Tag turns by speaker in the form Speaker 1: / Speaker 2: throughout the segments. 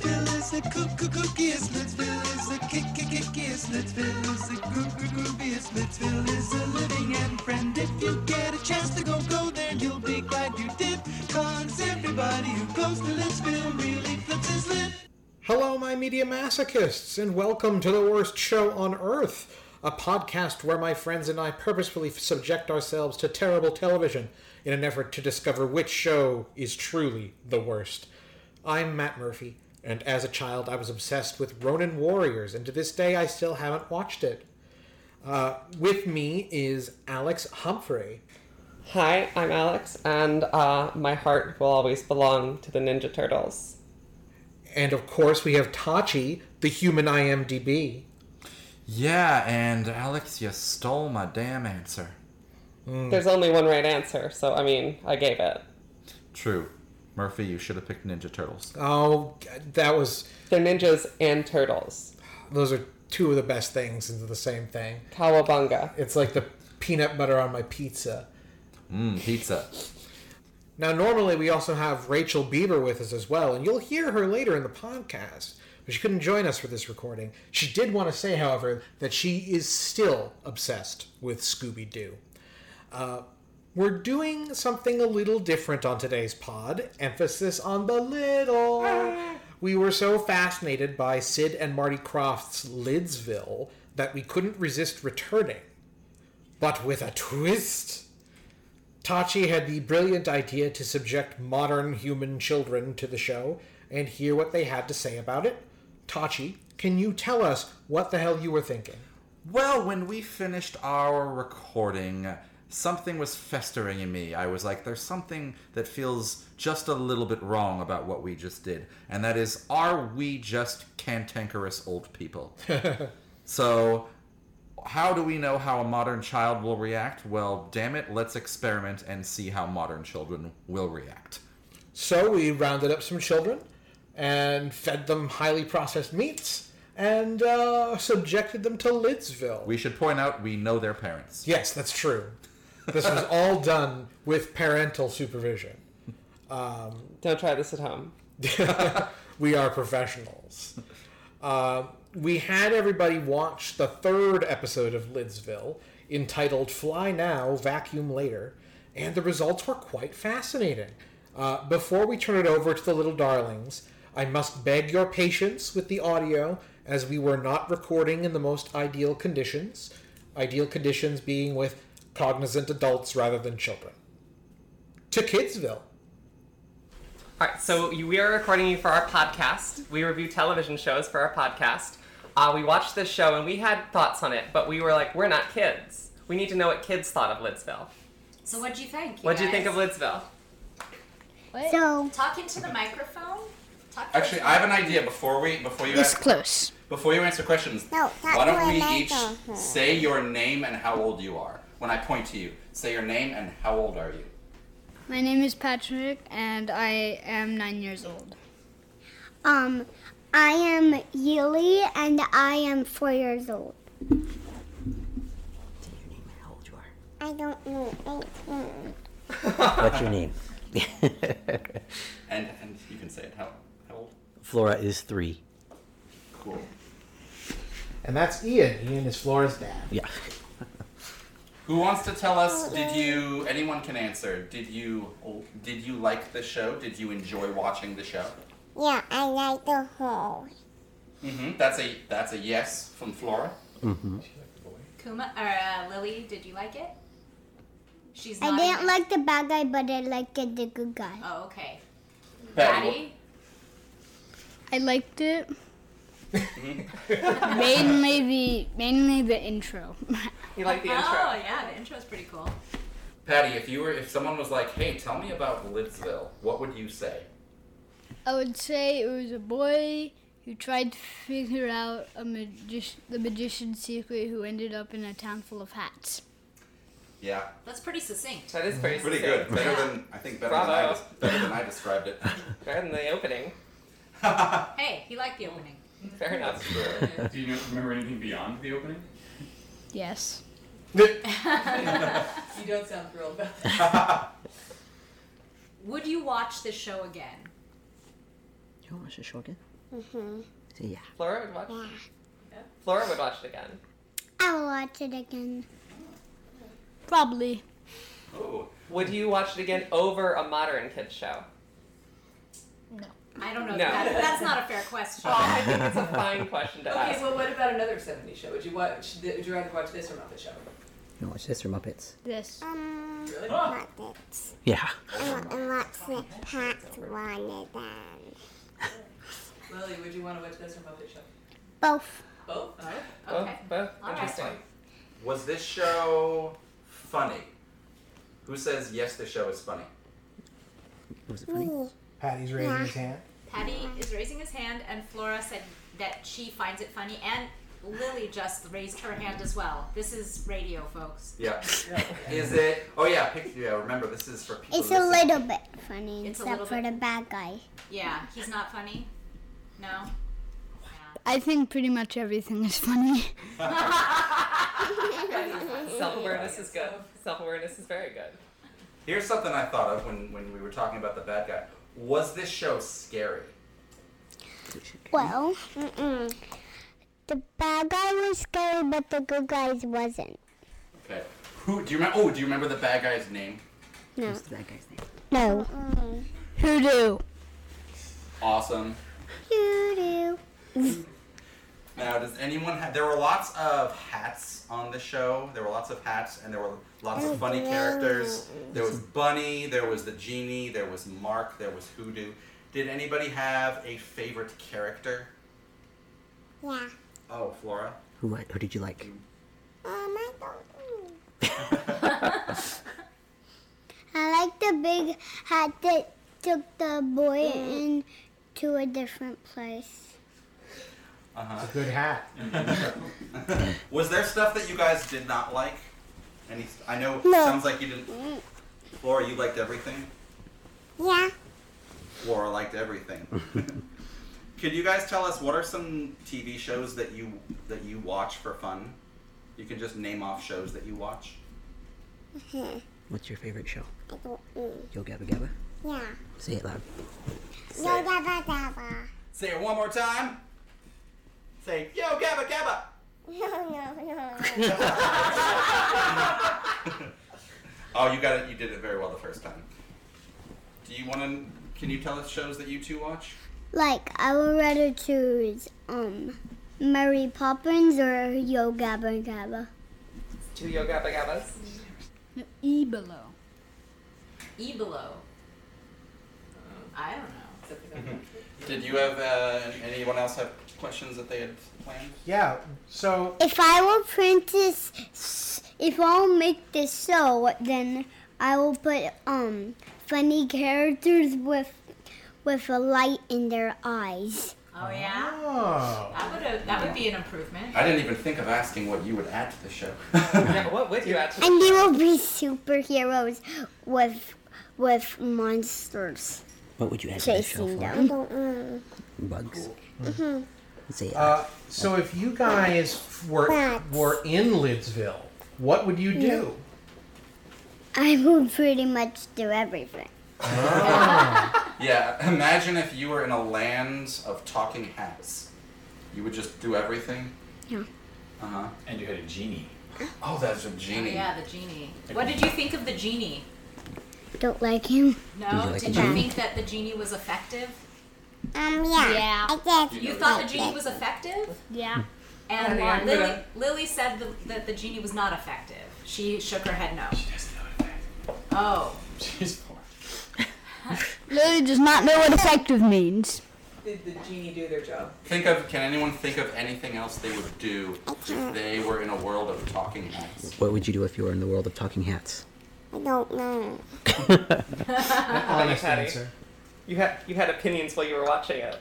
Speaker 1: the cuckoo cookies. Splitsville is the kick kick kicky. Splitsville is the cuckoo groovy. Splitsville is a living and friend. If you get a chance to go, go there. You'll be glad you did. Cause everybody who goes to Splitsville really flips his lid.
Speaker 2: Hello, my media masochists, and welcome to the worst show on earth, a podcast where my friends and I purposefully subject ourselves to terrible television in an effort to discover which show is truly the worst. I'm Matt Murphy, and as a child, I was obsessed with Ronin Warriors, and to this day, I still haven't watched it. Uh, with me is Alex Humphrey.
Speaker 3: Hi, I'm Alex, and uh, my heart will always belong to the Ninja Turtles.
Speaker 2: And of course, we have Tachi, the human IMDb.
Speaker 4: Yeah, and Alex, you stole my damn answer.
Speaker 5: Hmm.
Speaker 3: There's only one right answer, so I mean, I gave it.
Speaker 4: True. Murphy, you should have picked Ninja Turtles.
Speaker 2: Oh, that was.
Speaker 3: They're ninjas and turtles.
Speaker 2: Those are two of the best things into the same thing.
Speaker 3: Cowabunga.
Speaker 2: It's like the peanut butter on my pizza.
Speaker 4: Mmm, pizza.
Speaker 2: Now, normally we also have Rachel Bieber with us as well, and you'll hear her later in the podcast, but she couldn't join us for this recording. She did want to say, however, that she is still obsessed with Scooby Doo. Uh, we're doing something a little different on today's pod, emphasis on the little. We were so fascinated by Sid and Marty Croft's Lidsville that we couldn't resist returning, but with a twist. Tachi had the brilliant idea to subject modern human children to the show and hear what they had to say about it. Tachi, can you tell us what the hell you were thinking?
Speaker 4: Well, when we finished our recording, something was festering in me. I was like, there's something that feels just a little bit wrong about what we just did, and that is, are we just cantankerous old people? so, how do we know how a modern child will react? Well, damn it, let's experiment and see how modern children will react.
Speaker 2: So we rounded up some children and fed them highly processed meats and uh, subjected them to Lidsville.
Speaker 4: We should point out we know their parents.
Speaker 2: Yes, that's true. This was all done with parental supervision.
Speaker 3: Don't try this at home.
Speaker 2: we are professionals. Uh, we had everybody watch the third episode of Lidsville, entitled Fly Now, Vacuum Later, and the results were quite fascinating. Uh, before we turn it over to the little darlings, I must beg your patience with the audio, as we were not recording in the most ideal conditions, ideal conditions being with cognizant adults rather than children. To Kidsville.
Speaker 5: All right, so you- we are recording you for our podcast. We review television shows for our podcast. Uh, we watched this show and we had thoughts on it, but we were like, we're not kids. We need to know what kids thought of Lidsville.
Speaker 6: So what'd you think?
Speaker 5: What do you
Speaker 6: guys?
Speaker 5: think of Lidsville?
Speaker 7: So
Speaker 6: Talk into the microphone. Talk
Speaker 4: Actually, I have an idea before we before you
Speaker 7: this
Speaker 4: ask,
Speaker 7: close.
Speaker 4: before you answer questions.
Speaker 7: No, not
Speaker 4: why don't
Speaker 7: where
Speaker 4: we
Speaker 7: my
Speaker 4: each
Speaker 7: phone is.
Speaker 4: say your name and how old you are? When I point to you, say your name and how old are you?
Speaker 8: My name is Patrick, and I am nine years old.
Speaker 7: Um, I am Yuli and I am four years old. I don't know. I don't
Speaker 9: What's your name?
Speaker 4: And and you can say it. How how old?
Speaker 9: Flora is three.
Speaker 4: Cool.
Speaker 2: And that's Ian. Ian is Flora's dad.
Speaker 9: Yeah.
Speaker 4: Who wants to tell us? Did you? Anyone can answer. Did you? Did you like the show? Did you enjoy watching the show?
Speaker 7: Yeah, I like the hole.
Speaker 4: Mm-hmm. That's a that's a yes from Flora.
Speaker 6: Kuma or uh, Lily, did you like it? She's.
Speaker 7: I
Speaker 6: nodding.
Speaker 7: didn't like the bad guy, but I liked the good guy.
Speaker 6: Oh, okay.
Speaker 4: Patty,
Speaker 6: Patty.
Speaker 8: I liked it. mainly the mainly the intro.
Speaker 5: You like the intro?
Speaker 3: Uh-huh.
Speaker 6: Oh yeah, the intro's pretty cool.
Speaker 4: Patty, if you were, if someone was like, "Hey, tell me about Lidsville," what would you say?
Speaker 8: I would say it was a boy who tried to figure out a magic- the magician's secret who ended up in a town full of hats.
Speaker 4: Yeah,
Speaker 6: That's pretty succinct.
Speaker 5: That
Speaker 3: Mm-hmm.
Speaker 5: is pretty
Speaker 4: pretty
Speaker 5: succinct.
Speaker 4: good. Better than I think. Better than I,
Speaker 5: Bravo.
Speaker 4: des- better than I described it.
Speaker 5: Better than the opening.
Speaker 6: Hey, he liked the opening.
Speaker 3: Hmm.
Speaker 5: Fair
Speaker 4: That's
Speaker 5: enough.
Speaker 4: true.
Speaker 10: Do you know- remember anything beyond the opening?
Speaker 8: Yes.
Speaker 6: You don't sound thrilled about that. Would you watch this show again?
Speaker 7: Mm-hmm.
Speaker 1: So, yeah.
Speaker 3: Flora would watch. Flora would watch it again.
Speaker 7: I'll watch it again.
Speaker 8: Probably.
Speaker 3: Oh. Would you watch it again over a modern kids show?
Speaker 8: No.
Speaker 6: I don't know. if
Speaker 3: No.
Speaker 6: That, that's not a fair question.
Speaker 3: Oh, I think it's a fine question to
Speaker 11: Okay,
Speaker 3: ask.
Speaker 11: well, what about another 70s show? Would you watch? the- Would you rather watch this or Muppet Show?
Speaker 1: You wanna watch this or Muppets?
Speaker 8: This.
Speaker 7: Um,
Speaker 11: Really?
Speaker 7: Muppets.
Speaker 1: Yeah.
Speaker 7: And, and lots of hats wanted them.
Speaker 11: Lily, would you want to watch this or Muppet Show?
Speaker 7: Both.
Speaker 11: Both.
Speaker 3: Both-
Speaker 11: Okay.
Speaker 3: both.
Speaker 11: All right.
Speaker 3: Interesting.
Speaker 4: Was this show funny? Who says yes? The show is funny.
Speaker 1: Was it funny?
Speaker 7: Ooh.
Speaker 2: Patty's raising his hand.
Speaker 6: Patty is raising his hand, and Flora said that she finds it funny, and Lily just raised her hand as well. This is radio, folks.
Speaker 4: Yeah. Is it? Oh yeah. Pic- yeah. Remember, this is for people.
Speaker 7: It's a
Speaker 4: listening.
Speaker 7: little bit funny,
Speaker 6: It's a
Speaker 7: except
Speaker 6: little
Speaker 7: for the bad guy.
Speaker 6: Yeah, he's not funny. No.
Speaker 8: I think pretty much everything is funny.
Speaker 3: Self awareness is good. Self awareness is very good.
Speaker 4: Here's something I thought of when when we were talking about the bad guy. Was this show scary?
Speaker 11: Mm-hmm.
Speaker 7: Well, mm-mm. the bad guy was scary, but the good guys wasn't.
Speaker 4: Okay. Who do you remember? Oh, do you remember the bad guy's name?
Speaker 7: No.
Speaker 1: What's that guy's name?
Speaker 7: No.
Speaker 8: Hoodoo.
Speaker 4: Awesome.
Speaker 7: You do.
Speaker 4: Now, does anyone have? There were lots of hats on the show. There were lots of hats, and there were lots of funny characters. There was Bunny. There was the genie. There was Mark. There was Hoodoo. Did anybody have a favorite character?
Speaker 7: Yeah.
Speaker 4: Oh, Flora.
Speaker 1: Who, what, who did you like?
Speaker 7: Um, I don't know. I like the big hat that took the boy into a different place.
Speaker 4: Uh huh.
Speaker 2: Good hat.
Speaker 4: Was there stuff that you guys did not like? Any? I know.
Speaker 7: No.
Speaker 4: Sounds like you didn't. Flora, you liked everything.
Speaker 7: Yeah.
Speaker 4: Flora liked everything. Could you guys tell us what are some TV shows that you that you watch for fun? You can just name off shows that you watch.
Speaker 7: Hmm.
Speaker 1: What's your favorite show?
Speaker 7: I don't know.
Speaker 1: Yo Gabba Gabba?
Speaker 7: Yeah.
Speaker 1: Say it loud.
Speaker 7: Yo, dabba, dabba.
Speaker 4: Say it one more time. Say yo gabba gabba.
Speaker 7: No, no,
Speaker 4: Oh, you got it. You did it very well the first time. Do you want to? Can you tell us shows that you two watch?
Speaker 7: Like, I would rather choose, um, Mary Poppins or Yo Gabba Gabba.
Speaker 3: Two Yo Gabba Gabbas.
Speaker 8: No, Ebolo.
Speaker 11: Ebolo. I don't know.
Speaker 4: Did you have uh, anyone else have questions that they had planned?
Speaker 2: Yeah. So
Speaker 7: If I will print this, if I'll make this show, then I will put um funny characters with with a light in their eyes.
Speaker 11: Oh yeah.
Speaker 2: Oh.
Speaker 11: That would have, that would be an improvement.
Speaker 4: I didn't even think of asking what you would add to the show.
Speaker 3: Yeah, what would you actually?
Speaker 7: And they will be superheroes with with monsters
Speaker 1: What would you add to the show
Speaker 7: chasing Mm-hmm.
Speaker 1: for?
Speaker 7: them.
Speaker 1: Bugs? Say it
Speaker 2: Uh, so if you guys were
Speaker 7: Rats.
Speaker 2: were in Lidsville, what would you do?
Speaker 7: I will pretty much do everything.
Speaker 4: yeah, imagine if you were in a land of talking hats. You would just do everything.
Speaker 7: Yeah.
Speaker 4: Uh huh.
Speaker 12: And you had a genie.
Speaker 4: Oh, that's a
Speaker 11: Oh,
Speaker 4: genie.
Speaker 11: yeah, the genie. What did you think of the genie?
Speaker 7: Don't like him.
Speaker 11: No.
Speaker 1: you like
Speaker 11: did
Speaker 1: the
Speaker 11: you
Speaker 1: genie?
Speaker 11: think that the genie was effective?
Speaker 7: Um. Yeah.
Speaker 8: Yeah.
Speaker 7: I guess.
Speaker 11: You thought the genie was effective?
Speaker 8: Yeah.
Speaker 11: And
Speaker 3: Honey,
Speaker 11: why-
Speaker 3: I'm
Speaker 11: Lily,
Speaker 3: gonna-
Speaker 11: Lily said the, that the genie was not effective. She shook her head no. Oh.
Speaker 12: She's poor.
Speaker 8: Lily does not know what effective means.
Speaker 11: Did the genie do their job?
Speaker 4: Think of can anyone think of anything else they would do if they were in a world of talking hats?
Speaker 1: What would you do if you were in the world of talking hats?
Speaker 7: I don't know.
Speaker 2: Honest
Speaker 3: Patty.
Speaker 2: answer.
Speaker 3: You had you had opinions while you were watching it.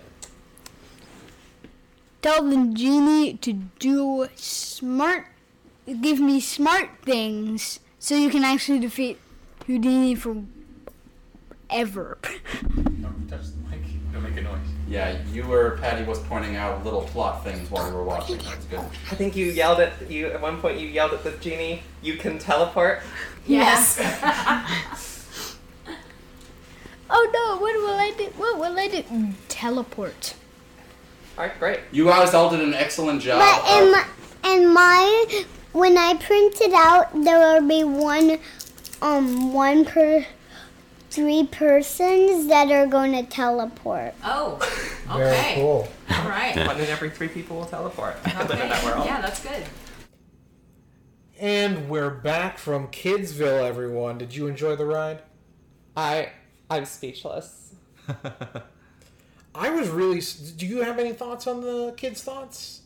Speaker 8: Tell the genie to do smart. Give me smart things so you can actually defeat Houdini for ever.
Speaker 12: Don't touch the mic. Don't make a noise.
Speaker 4: Yeah, you were Patty was pointing out little plot things while we were watching. That's good.
Speaker 3: I think you yelled at you at one point. You yelled at the genie. You can teleport.
Speaker 11: Yes.
Speaker 8: Oh no! What will I do? What will I do? Mm, Teleport.
Speaker 5: All right, great.
Speaker 13: You guys all did an excellent job.
Speaker 7: But
Speaker 13: of-
Speaker 7: in my, in my when I print it out, there will be one, um, one per, three persons that are going to teleport.
Speaker 14: Oh,
Speaker 2: Very
Speaker 14: okay.
Speaker 2: cool.
Speaker 14: All right.
Speaker 5: One in every three people will teleport.
Speaker 3: Uh-huh.
Speaker 14: Okay.
Speaker 5: that world.
Speaker 14: Yeah, that's good.
Speaker 2: And we're back from Kidsville, everyone. Did you enjoy the ride?
Speaker 3: I I'm speechless.
Speaker 2: I was really. s- Do you have any thoughts on the kids' thoughts?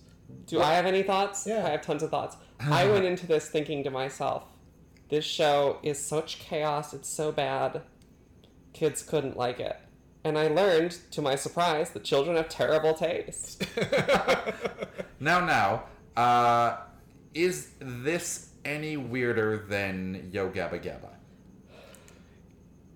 Speaker 3: Do I have any thoughts? Yeah. I have tons of thoughts. I went into this thinking to myself, this show is such chaos, it's so bad. Kids couldn't like it. And I learned, to my surprise, that children have terrible taste.
Speaker 4: Now, now, uh, is this any weirder than Yo Gabba Gabba?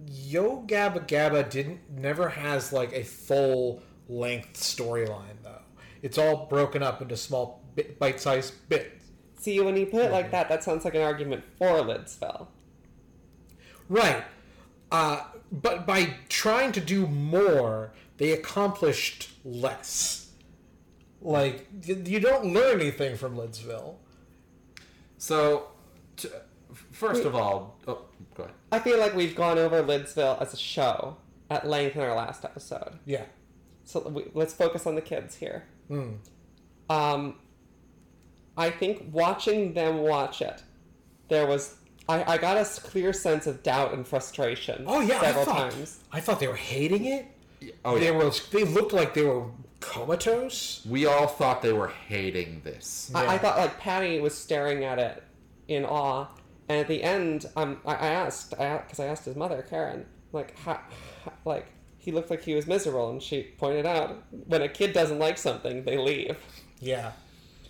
Speaker 2: Yo Gabba Gabba didn't never has like a full length storyline though. It's all broken up into small bit, bite-sized bits.
Speaker 3: See, when you put it like that, that sounds like an argument for Lidsville.
Speaker 2: Right. Uh, but by trying to do more, they accomplished less. Like y- you don't learn anything from Lidsville.
Speaker 4: So, t- first of all, oh, go ahead.
Speaker 3: I feel like we've gone over Lidsville as a show at length in our last episode.
Speaker 2: Yeah.
Speaker 3: So we, let's focus on the kids here.
Speaker 2: Mm.
Speaker 3: Um, I think watching them watch it, there was I, I got a s- clear sense of doubt and frustration.
Speaker 2: Oh yeah,
Speaker 3: several
Speaker 2: I thought
Speaker 3: times.
Speaker 2: I thought they were hating it.
Speaker 4: Oh,
Speaker 2: they
Speaker 4: yeah.
Speaker 2: were. They looked like they were comatose.
Speaker 4: We all thought they were hating this.
Speaker 3: I, I thought like Patty was staring at it in awe, and at the end, um, I, I asked because I, asked his mother Karen like how, like he looked like he was miserable, and she pointed out when a kid doesn't like something, they leave.
Speaker 2: Yeah.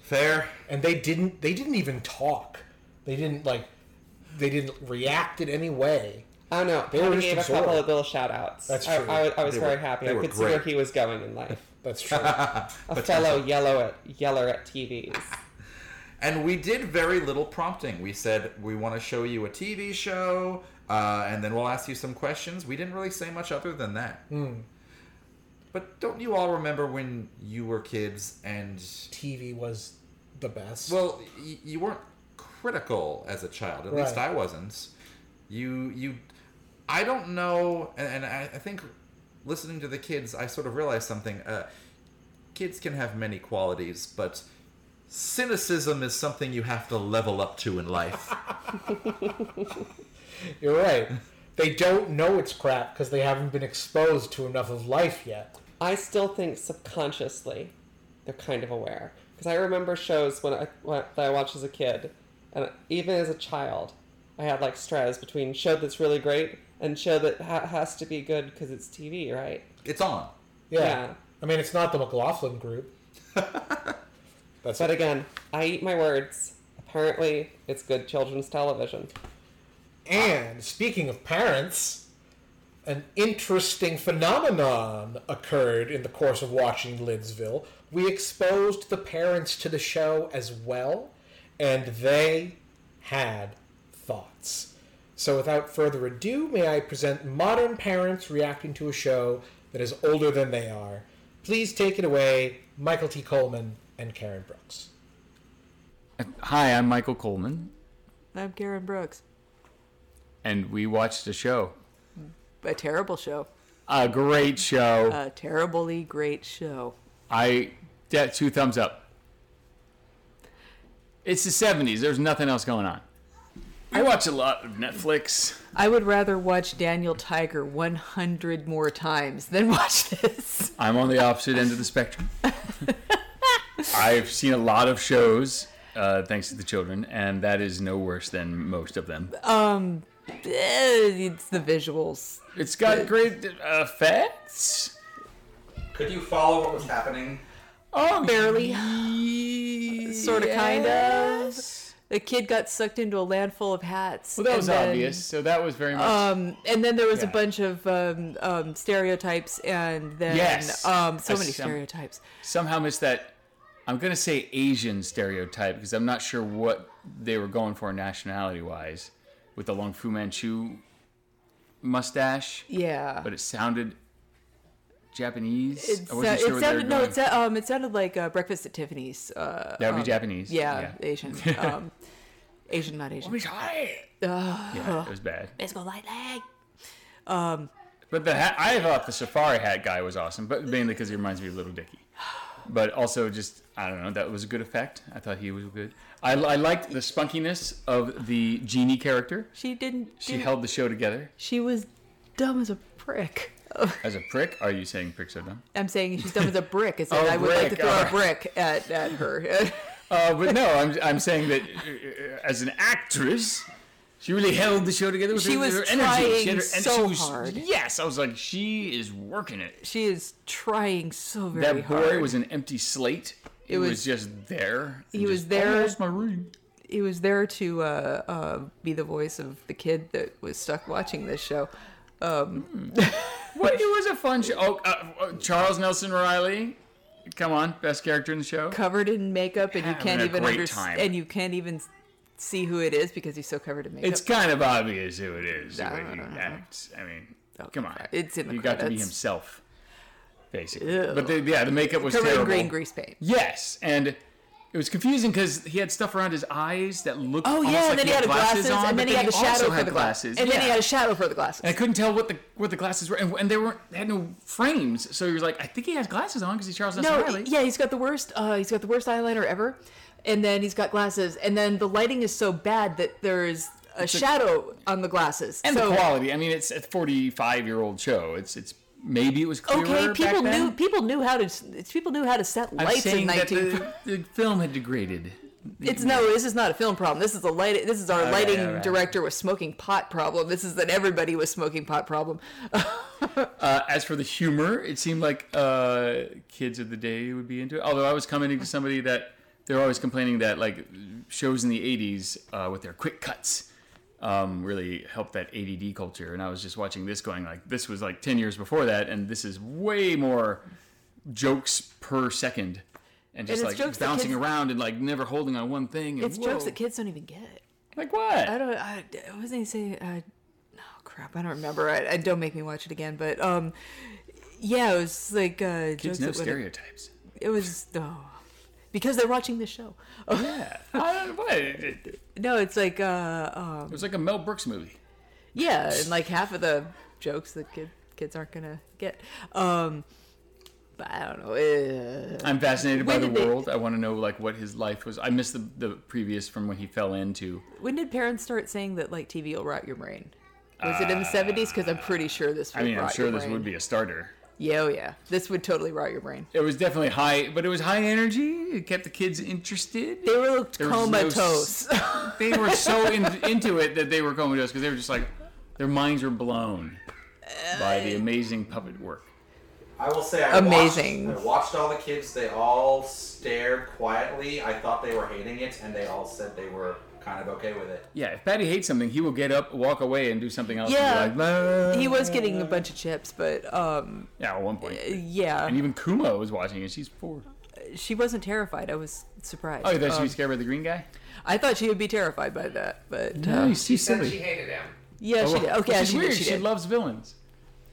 Speaker 4: Fair.
Speaker 2: And they didn't they didn't even talk. They didn't like they didn't react in any way.
Speaker 3: I don't know.
Speaker 2: They
Speaker 3: Patty
Speaker 2: were just
Speaker 3: gave a
Speaker 2: absorbed.
Speaker 3: couple of little shout outs.
Speaker 2: That's
Speaker 3: I-
Speaker 2: true.
Speaker 3: I, was- I was
Speaker 2: They
Speaker 3: very
Speaker 2: were-
Speaker 3: happy.
Speaker 2: they
Speaker 3: I
Speaker 2: were
Speaker 3: could see where
Speaker 2: great.
Speaker 3: he was going in life.
Speaker 2: That's true.
Speaker 3: a
Speaker 4: But-
Speaker 3: fellow yellow at yeller at TVs.
Speaker 4: And we did very little prompting. We said we want to show you a TV show, uh, and then we'll ask you some questions. We didn't really say much other than that. But don't you all remember when you were kids and
Speaker 2: TV was the best?
Speaker 4: Well, y- you weren't critical as a child. At least
Speaker 2: Right.
Speaker 4: I wasn't. You you, I don't know, and, and I, I think listening to the kids, I sort of realized something. Uh, kids can have many qualities, but cynicism is something you have to level up to in life.
Speaker 2: You're right. They don't know it's crap because they haven't been exposed to enough of life yet.
Speaker 3: I still think subconsciously they're kind of aware because I remember shows when I when, that I watched as a kid, and even as a child, I had like stress between show that's really great and show that ha- has to be good because it's TV, right?
Speaker 4: It's on.
Speaker 2: Yeah.
Speaker 3: Yeah.
Speaker 2: I mean, it's not the McLaughlin group. That's
Speaker 3: but again, I eat my words. Apparently, it's good children's television.
Speaker 2: And speaking of parents, an interesting phenomenon occurred in the course of watching Lidsville. We exposed the parents to the show as well, and they had thoughts. So, without further ado, may I present modern parents reacting to a show that is older than they are. Please take it away, Michael T. Coleman and Karen Brooks.
Speaker 12: Hi, I'm Michael Coleman,
Speaker 11: I'm Karen Brooks.
Speaker 12: and we watched a show.
Speaker 11: A terrible show.
Speaker 12: A great show.
Speaker 11: A terribly great show.
Speaker 12: I that two thumbs up. It's the '70s. There's nothing else going on. I watch a lot of Netflix.
Speaker 11: I would rather watch Daniel Tiger 100 more times than watch this.
Speaker 12: I'm on the opposite end of the spectrum. I've seen a lot of shows, uh, thanks to the children, and that is no worse than most of them.
Speaker 11: Um, eh, it's the visuals.
Speaker 12: It's got great effects.
Speaker 4: Could you follow what was happening?
Speaker 11: Oh, barely. Sort of, kind of. The kid got sucked into a land full of hats.
Speaker 12: Well, that
Speaker 11: and
Speaker 12: was
Speaker 11: then-
Speaker 12: obvious. So that was very much.
Speaker 11: Um, and then there was a
Speaker 12: Yeah.
Speaker 11: bunch of um, um, stereotypes, and then
Speaker 12: yes.
Speaker 11: um, so
Speaker 12: I
Speaker 11: many
Speaker 12: some-
Speaker 11: stereotypes.
Speaker 12: Somehow missed that. I'm gonna say Asian stereotype because I'm not sure what they were going for nationality wise with the long Fu Manchu mustache.
Speaker 11: Yeah.
Speaker 12: But it sounded Japanese?
Speaker 11: It's,
Speaker 12: I wasn't
Speaker 11: uh,
Speaker 12: sure
Speaker 11: it
Speaker 12: where
Speaker 11: sounded
Speaker 12: they
Speaker 11: no,
Speaker 12: were
Speaker 11: it,
Speaker 12: going.
Speaker 11: sa- um, it sounded like uh, Breakfast at Tiffany's. Uh,
Speaker 12: That would be
Speaker 11: um,
Speaker 12: Japanese.
Speaker 11: Yeah,
Speaker 12: Yeah.
Speaker 11: Asian. Um, Asian, not Asian.
Speaker 12: Yeah, it was bad.
Speaker 11: Let's go light leg. Um,
Speaker 12: But the hat, I thought the safari hat guy was awesome, but mainly because he reminds me of Little Dicky. But also, just I don't know, that was a good effect. I thought he was good. I, I liked the spunkiness of the genie character.
Speaker 11: she didn't.
Speaker 12: She
Speaker 11: didn't-
Speaker 12: held the show together.
Speaker 11: She was dumb as a brick.
Speaker 12: As a prick, are you saying prick so dumb?
Speaker 11: I'm saying she's dumb as a brick. Is that
Speaker 12: Oh,
Speaker 11: I would like to
Speaker 12: brick,
Speaker 11: throw a
Speaker 12: alright.
Speaker 11: brick at, at her.
Speaker 12: Uh, but no, I'm, I'm saying that uh, as an actress, she really held the show together. With
Speaker 11: She
Speaker 12: her,
Speaker 11: was
Speaker 12: her
Speaker 11: trying
Speaker 12: energy. She had her, and
Speaker 11: so
Speaker 12: she was,
Speaker 11: hard.
Speaker 12: Yes, I was like, she is working it.
Speaker 11: she is trying so very
Speaker 12: that boy
Speaker 11: hard.
Speaker 12: was an empty slate.
Speaker 11: It
Speaker 12: It, was,
Speaker 11: was-
Speaker 12: just there.
Speaker 11: he
Speaker 12: Just,
Speaker 11: was there.
Speaker 12: "Oh, that's my room.
Speaker 11: He was there to uh, uh, be the voice of the kid that was stuck watching this show. Um,
Speaker 12: What? It was a fun show. Oh, uh, uh, Charles Nelson Riley, come on, best character in the show.
Speaker 11: covered in makeup, and you
Speaker 12: Having
Speaker 11: can't
Speaker 12: a
Speaker 11: even
Speaker 12: great
Speaker 11: understand,
Speaker 12: time.
Speaker 11: and you can't even see who it is because he's so covered in makeup.
Speaker 12: It's kind of obvious who it is.
Speaker 11: No,
Speaker 12: the way
Speaker 11: no,
Speaker 12: he
Speaker 11: no, no.
Speaker 12: acts. I mean, come on.
Speaker 11: It's in the
Speaker 12: He got to be
Speaker 11: credits.
Speaker 12: himself, basically.
Speaker 11: Ew.
Speaker 12: But the, yeah, the makeup was
Speaker 11: covered
Speaker 12: terrible.
Speaker 11: in green grease paint.
Speaker 12: Yes, and it was confusing because he had stuff around his eyes that looked.
Speaker 11: Oh
Speaker 12: almost
Speaker 11: yeah,
Speaker 12: like
Speaker 11: and then he had
Speaker 12: glasses,
Speaker 11: glasses,
Speaker 12: on,
Speaker 11: and
Speaker 12: but
Speaker 11: then he had a
Speaker 12: also
Speaker 11: shadow for
Speaker 12: had
Speaker 11: the
Speaker 12: glasses.
Speaker 11: glasses, and then he
Speaker 12: Yeah.
Speaker 11: had a shadow for the glasses.
Speaker 12: And I couldn't tell what the what the glasses were, and, and they weren't they had no frames. So he was like, I think he has glasses on because he's Charles Nelson
Speaker 11: No,
Speaker 12: Riley.
Speaker 11: yeah, he's got the worst. Uh, he's got the worst eyeliner ever, and then he's got glasses, and then the lighting is so bad that there's a
Speaker 12: It's a-
Speaker 11: shadow on the glasses.
Speaker 12: and
Speaker 11: So-
Speaker 12: the quality. I mean, it's a 45 year old show. It's it's maybe it was clearer
Speaker 11: Okay,
Speaker 12: back
Speaker 11: people
Speaker 12: then.
Speaker 11: knew people knew how to s- people knew how to set
Speaker 12: I'm
Speaker 11: lights in
Speaker 12: saying that
Speaker 11: 19.
Speaker 12: the, the film had degraded.
Speaker 11: It's no, this is not a film problem. This is a light. This is our
Speaker 12: Okay,
Speaker 11: lighting
Speaker 12: all right.
Speaker 11: director was smoking pot problem. This is that everybody was smoking pot problem.
Speaker 12: Uh, as for the humor, it seemed like uh, kids of the day would be into it. Although I was commenting to somebody that they're always complaining that like shows in the '80s uh, with their quick cuts um, really helped that ADD culture. And I was just watching this, going like, this was like 10 years before that, and this is way more jokes per second, and just
Speaker 11: it's
Speaker 12: like
Speaker 11: jokes that
Speaker 12: bouncing
Speaker 11: kids-
Speaker 12: around and like never holding on one thing. And
Speaker 11: It's jokes
Speaker 12: whoa.
Speaker 11: that kids don't even get.
Speaker 12: Like what?
Speaker 11: I don't. I, I wasn't saying. Uh, oh crap! I don't remember. I, I don't make me watch it again. But um, yeah, it was like uh,
Speaker 12: kids
Speaker 11: jokes
Speaker 12: know
Speaker 11: that were-
Speaker 12: stereotypes.
Speaker 11: It was oh, because they're watching the show.
Speaker 12: Yeah. I don't, what? It, it- it
Speaker 11: no, it's like uh, um,
Speaker 12: was like a Mel Brooks movie.
Speaker 11: yeah, and like half of the jokes that kid, kids aren't gonna get. Um, but I don't know. Uh,
Speaker 12: I'm fascinated by
Speaker 11: when
Speaker 12: the
Speaker 11: did they-
Speaker 12: world. I want to know like what his life was. I missed the, the previous from when he fell into.
Speaker 11: When did parents start saying that like TV will rot your brain? Was it in the seventies? Because I'm pretty sure this. Would
Speaker 12: Uh, I mean, I'm
Speaker 11: rot
Speaker 12: sure
Speaker 11: your
Speaker 12: this
Speaker 11: brain.
Speaker 12: would be a starter.
Speaker 11: Yeah, oh yeah, this would totally rot your brain.
Speaker 12: It was definitely high, but it was high energy. It kept the kids interested.
Speaker 11: They were
Speaker 12: There was no
Speaker 11: comatose.
Speaker 12: s- they were so in, into it that they were comatose because they were just like their minds were blown by the amazing puppet work.
Speaker 4: I will say, I
Speaker 11: Amazing.
Speaker 4: Watched, I watched all the kids. They all stared quietly. I thought they were hating it, and they all said they were kind of okay with it.
Speaker 12: Yeah, if Patty hates something, he will get up, walk away, and do something else.
Speaker 11: Yeah.
Speaker 12: and be like, "Bah."
Speaker 11: he was getting a bunch of chips, but um,
Speaker 12: Yeah, at one point.
Speaker 11: yeah,
Speaker 12: And even Kuma was watching, and she's four.
Speaker 11: she wasn't terrified. I was surprised.
Speaker 12: Oh, you thought she
Speaker 11: Um,
Speaker 12: was scared by the green guy?
Speaker 11: I thought she would be terrified by that, but
Speaker 12: No,
Speaker 11: uh,
Speaker 12: he's too silly.
Speaker 5: hated him.
Speaker 11: yeah, she
Speaker 12: Oh, well,
Speaker 11: did. Okay,
Speaker 12: which is
Speaker 11: she
Speaker 12: weird.
Speaker 11: did. She,
Speaker 12: She,
Speaker 11: did.
Speaker 12: loves villains.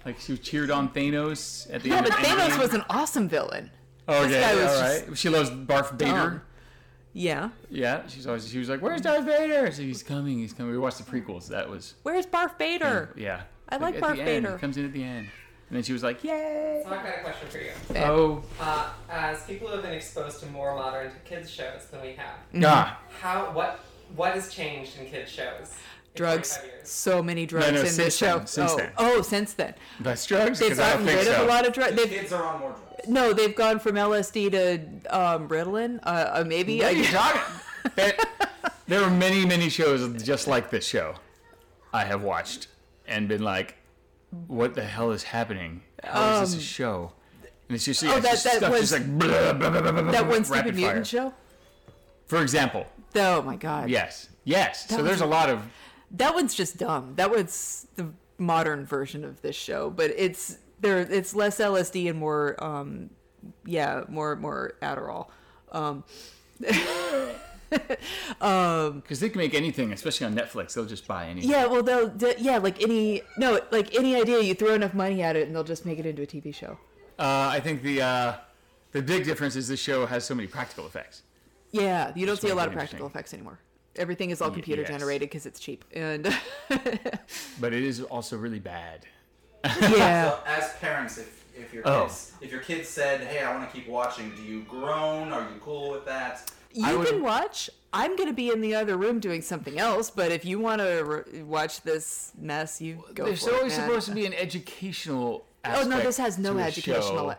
Speaker 12: Like she cheered on Thanos at the
Speaker 11: yeah,
Speaker 12: end.
Speaker 11: but
Speaker 12: of
Speaker 11: Thanos
Speaker 12: Endgame.
Speaker 11: was an awesome villain.
Speaker 12: Okay,
Speaker 11: this guy was
Speaker 12: all
Speaker 11: just
Speaker 12: right. She loves Barf Bader.
Speaker 11: dumb. Yeah,
Speaker 12: Yeah, she's always she was like, "Where's Darth Vader?" So he's coming. He's coming. We watched the prequels. That was
Speaker 11: where's Barf Bader?
Speaker 12: yeah.
Speaker 11: I like
Speaker 12: at the
Speaker 11: Darth
Speaker 12: end,
Speaker 11: Vader.
Speaker 12: He comes in at the end, and then she was like, "Yay!"
Speaker 5: So I've got a question for you.
Speaker 12: Oh,
Speaker 5: Uh, as people who have been exposed to more modern kids shows than we have,
Speaker 12: nah.
Speaker 5: how what what has changed in kids shows? in
Speaker 11: Drugs.
Speaker 5: 25 years?
Speaker 11: So many drugs
Speaker 12: no,
Speaker 11: in
Speaker 12: since
Speaker 11: this show.
Speaker 12: then, since
Speaker 11: oh,
Speaker 12: then.
Speaker 11: oh, since then.
Speaker 12: That's drugs.
Speaker 11: They've
Speaker 12: 'Cause I don't
Speaker 11: gotten
Speaker 12: think
Speaker 11: rid
Speaker 12: so.
Speaker 11: of a lot of drugs.
Speaker 4: The kids are on more drugs.
Speaker 11: No, they've gone from LSD to um, Ritalin. Uh, uh, maybe.
Speaker 12: What
Speaker 11: I-
Speaker 12: are you talking? there, there are many, many shows just like this show I have watched and been like, "What the hell is happening? How is this
Speaker 11: Um,
Speaker 12: a show?" And it's just,
Speaker 11: Oh,
Speaker 12: yeah, it's
Speaker 11: that-
Speaker 12: just
Speaker 11: that
Speaker 12: stuff
Speaker 11: was-
Speaker 12: just like blah, blah, blah, blah, blah,
Speaker 11: that
Speaker 12: blah,
Speaker 11: one stupid
Speaker 12: rapid
Speaker 11: mutant
Speaker 12: fire.
Speaker 11: show.
Speaker 12: For example,
Speaker 11: Oh my god.
Speaker 12: yes, yes.
Speaker 11: That
Speaker 12: so there's
Speaker 11: was-
Speaker 12: a lot of
Speaker 11: That one's just dumb. That one's the modern version of this show, but it's there. It's less LSD and more, um, yeah, more more Adderall. Um, um,
Speaker 12: because they can make anything, especially on Netflix. They'll just buy anything.
Speaker 11: yeah, well, they'll, they yeah, like any no, like any idea. You throw enough money at it, and they'll just make it into a TV show.
Speaker 12: Uh, I think the uh, the big difference is this show has so many practical effects.
Speaker 11: Yeah, you don't
Speaker 12: Just
Speaker 11: see a
Speaker 12: make
Speaker 11: lot
Speaker 12: it
Speaker 11: of practical
Speaker 12: interesting.
Speaker 11: effects anymore. Everything is all
Speaker 12: Y-
Speaker 11: computer
Speaker 12: yes.
Speaker 11: generated because it's cheap. And
Speaker 12: But it is also really bad.
Speaker 4: So as parents, if if your
Speaker 12: Oh.
Speaker 4: kids if your kids said, "Hey, I want to keep watching," do you groan? Are you cool with that?
Speaker 11: you can watch. I'm going to be in the other room doing something else, but if you want to re- watch this mess, you go
Speaker 12: There's
Speaker 11: for
Speaker 12: always
Speaker 11: it. man.
Speaker 12: supposed to be an educational.
Speaker 11: Oh, no,
Speaker 12: aspect
Speaker 11: this has no
Speaker 12: to a
Speaker 11: educational
Speaker 12: show.
Speaker 11: a-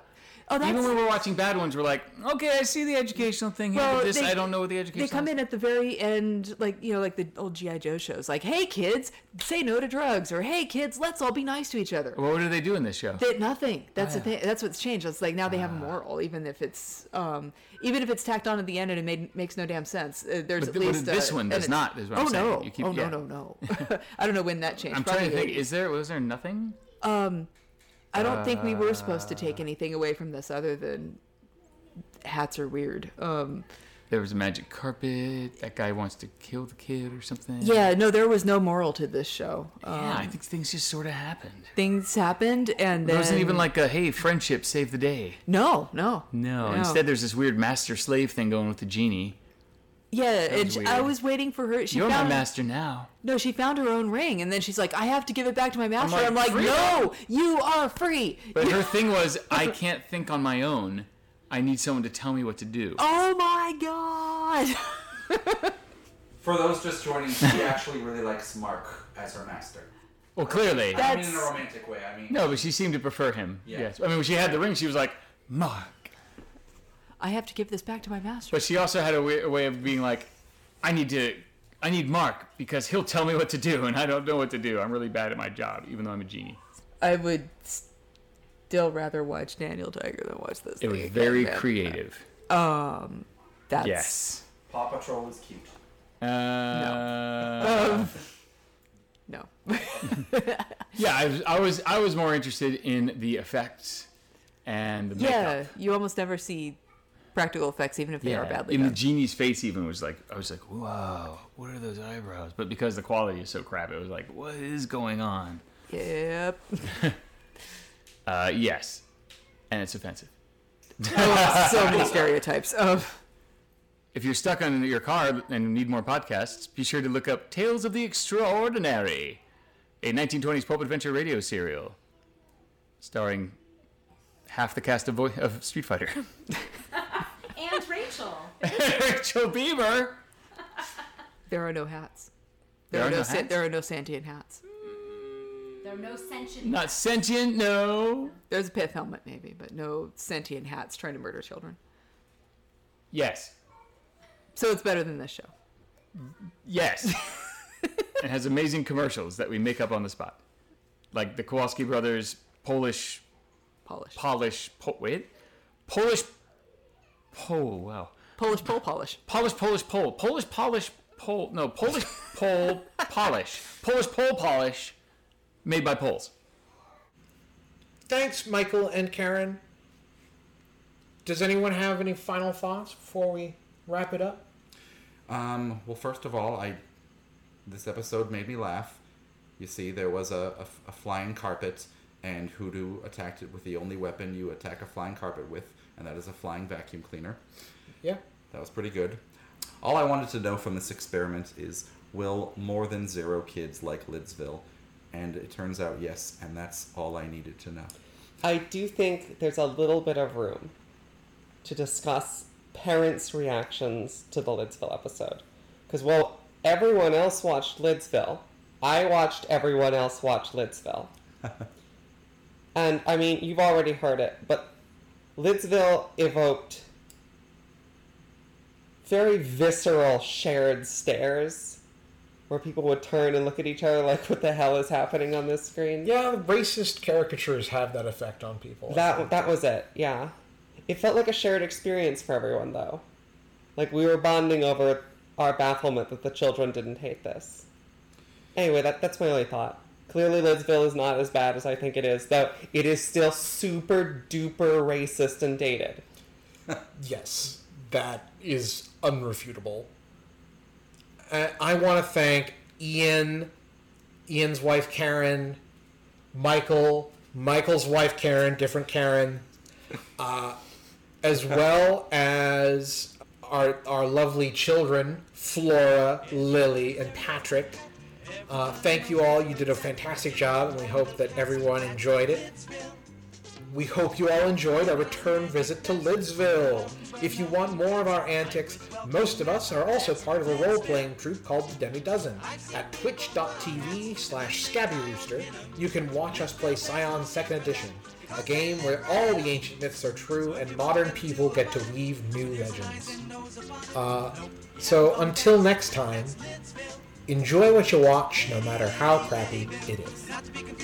Speaker 11: Oh, that's-
Speaker 12: Even when we're watching bad ones, we're like, okay, I see the educational thing here, but this
Speaker 11: they-
Speaker 12: I don't know what the educational.
Speaker 11: They come in at the very end, like you know, like the old GI Joe shows, like, "Hey kids, say no to drugs," or "Hey kids, let's all be nice to each other."
Speaker 12: What do they do in this show?
Speaker 11: That nothing. That's
Speaker 12: Ah.
Speaker 11: the thing. That's what's changed. It's like now they have a moral, even if it's um, even if it's tacked on at the end and it made, makes no damn sense. Uh, there's
Speaker 12: But
Speaker 11: at
Speaker 12: th- but
Speaker 11: least
Speaker 12: this
Speaker 11: a-
Speaker 12: one
Speaker 11: and
Speaker 12: does
Speaker 11: it's-
Speaker 12: not, is what
Speaker 11: oh
Speaker 12: I'm saying.
Speaker 11: no!
Speaker 12: You keep-
Speaker 11: oh
Speaker 12: yeah.
Speaker 11: no! No no! I don't know when that changed.
Speaker 12: I'm trying to
Speaker 11: Probably
Speaker 12: think. Is there was there nothing?
Speaker 11: um, I don't think we were supposed to take anything away from this other than hats are weird. Um,
Speaker 12: There was a magic carpet. That guy wants to kill the kid or something.
Speaker 11: yeah, no, there was no moral to this show. Um,
Speaker 12: Yeah, I think things just sort of happened.
Speaker 11: things happened, and then
Speaker 12: There wasn't even like a hey, friendship, save the day.
Speaker 11: no, no,
Speaker 12: No,
Speaker 11: No.
Speaker 12: instead there's this weird master slave thing going with the genie.
Speaker 11: yeah.
Speaker 12: That was
Speaker 11: And she- I
Speaker 12: weird.
Speaker 11: was waiting for her. She
Speaker 12: You're my
Speaker 11: found
Speaker 12: master now.
Speaker 11: No, she found her own ring, and then she's like, "I have to give it back to my master."
Speaker 12: like,
Speaker 11: I'm like,
Speaker 12: "Free
Speaker 11: "No, you are free."
Speaker 12: But her thing was, I can't think on my own. I need someone to tell me what to do.
Speaker 11: Oh my god!
Speaker 4: For those just joining, she actually really likes Mark as her master.
Speaker 12: Well, clearly.
Speaker 4: I don't mean in a romantic way. I mean,
Speaker 12: No, but she seemed to prefer him.
Speaker 4: Yeah.
Speaker 12: Yes. I mean, when she had the ring, she was like, Mark.
Speaker 11: I have to give this back to my master.
Speaker 12: But she also had a wa- a way of being like, I need to, I need Mark because he'll tell me what to do, and I don't know what to do. I'm really bad at my job, even though I'm a genie.
Speaker 11: I would still rather watch Daniel Tiger than watch this.
Speaker 12: It was
Speaker 11: thing again,
Speaker 12: very
Speaker 11: man.
Speaker 12: creative.
Speaker 11: Um, that's
Speaker 12: Yes.
Speaker 4: Paw Patrol is cute.
Speaker 12: Uh,
Speaker 11: no. Um, no.
Speaker 12: yeah, I was, I was, I was more interested in the effects and the makeup.
Speaker 11: yeah, you almost never see practical effects, even if they are badly
Speaker 12: And
Speaker 11: done.
Speaker 12: the genie's face even was like, I was like, whoa, what are those eyebrows? But because the quality is so crap, it was like, what is going on?
Speaker 11: Yep.
Speaker 12: Uh, yes, and it's offensive.
Speaker 11: Oh, so many stereotypes of.
Speaker 12: If you're stuck on your car and need more podcasts, be sure to look up Tales of the Extraordinary, a 1920s pulp adventure radio serial, starring half the cast of, Vo- of Street Fighter.
Speaker 6: And Rachel.
Speaker 12: Rachel Beamer.
Speaker 11: There are no hats.
Speaker 12: There are no
Speaker 11: sa-
Speaker 12: hats?
Speaker 11: There are no sentient hats.
Speaker 6: There are no sentient.
Speaker 12: Not sentient, no.
Speaker 11: There's a pith helmet, maybe, but no sentient hats trying to murder children.
Speaker 12: Yes,
Speaker 11: So it's better than this show.
Speaker 12: yes. it has amazing commercials that we make up on the spot, like the Kowalski brothers Polish,
Speaker 11: Polish,
Speaker 12: Polish. Po- wait, Polish. Oh wow.
Speaker 11: Polish pole polish.
Speaker 12: Polish, Polish, Pole. Polish, Polish, Pole. No, Polish, Pole, Polish. Polish, Pole, Polish. Made by Poles.
Speaker 2: Thanks, Michael and Karen. Does anyone have any final thoughts before we wrap it up?
Speaker 4: Um, well, first of all, I this episode made me laugh. You see, there was a, a f- a flying carpet, and Hoodoo attacked it with the only weapon you attack a flying carpet with, and that is a flying vacuum cleaner.
Speaker 2: Yeah.
Speaker 4: That was pretty good. All I wanted to know from this experiment is will more than zero kids like Lidsville? And it turns out yes, and that's all I needed to know.
Speaker 3: I do think there's a little bit of room to discuss parents' reactions to the Lidsville episode. Because while everyone else watched Lidsville, I watched everyone else watch Lidsville. and I mean, you've already heard it, but Lidsville evoked very visceral shared stares where people would turn and look at each other like, what the hell is happening on this screen?
Speaker 2: Yeah, racist caricatures have that effect on people.
Speaker 3: That that was it. Yeah, it felt like a shared experience for everyone, though. Like we were bonding over our bafflement that the children didn't hate this. Anyway, that that's my only thought. Clearly, Lidsville is not as bad as I think it is, though. It is still super duper racist and dated.
Speaker 2: yes, that is unrefutable. I, I want to thank Ian, Ian's wife Karen, Michael, Michael's wife Karen, different Karen, uh, as well as our our lovely children, Flora, Lily, and Patrick. Uh, thank you all. You did a fantastic job, and we hope that everyone enjoyed it. We hope you all enjoyed our return visit to Lidsville. If you want more of our antics, most of us are also part of a role-playing troupe called the Demi Dozen. At twitch.tv slash scabbyrooster, you can watch us play Scion 2nd Edition, a game where all the ancient myths are true and modern people get to weave new legends. Uh, so until next time, enjoy what you watch no matter how crappy it is.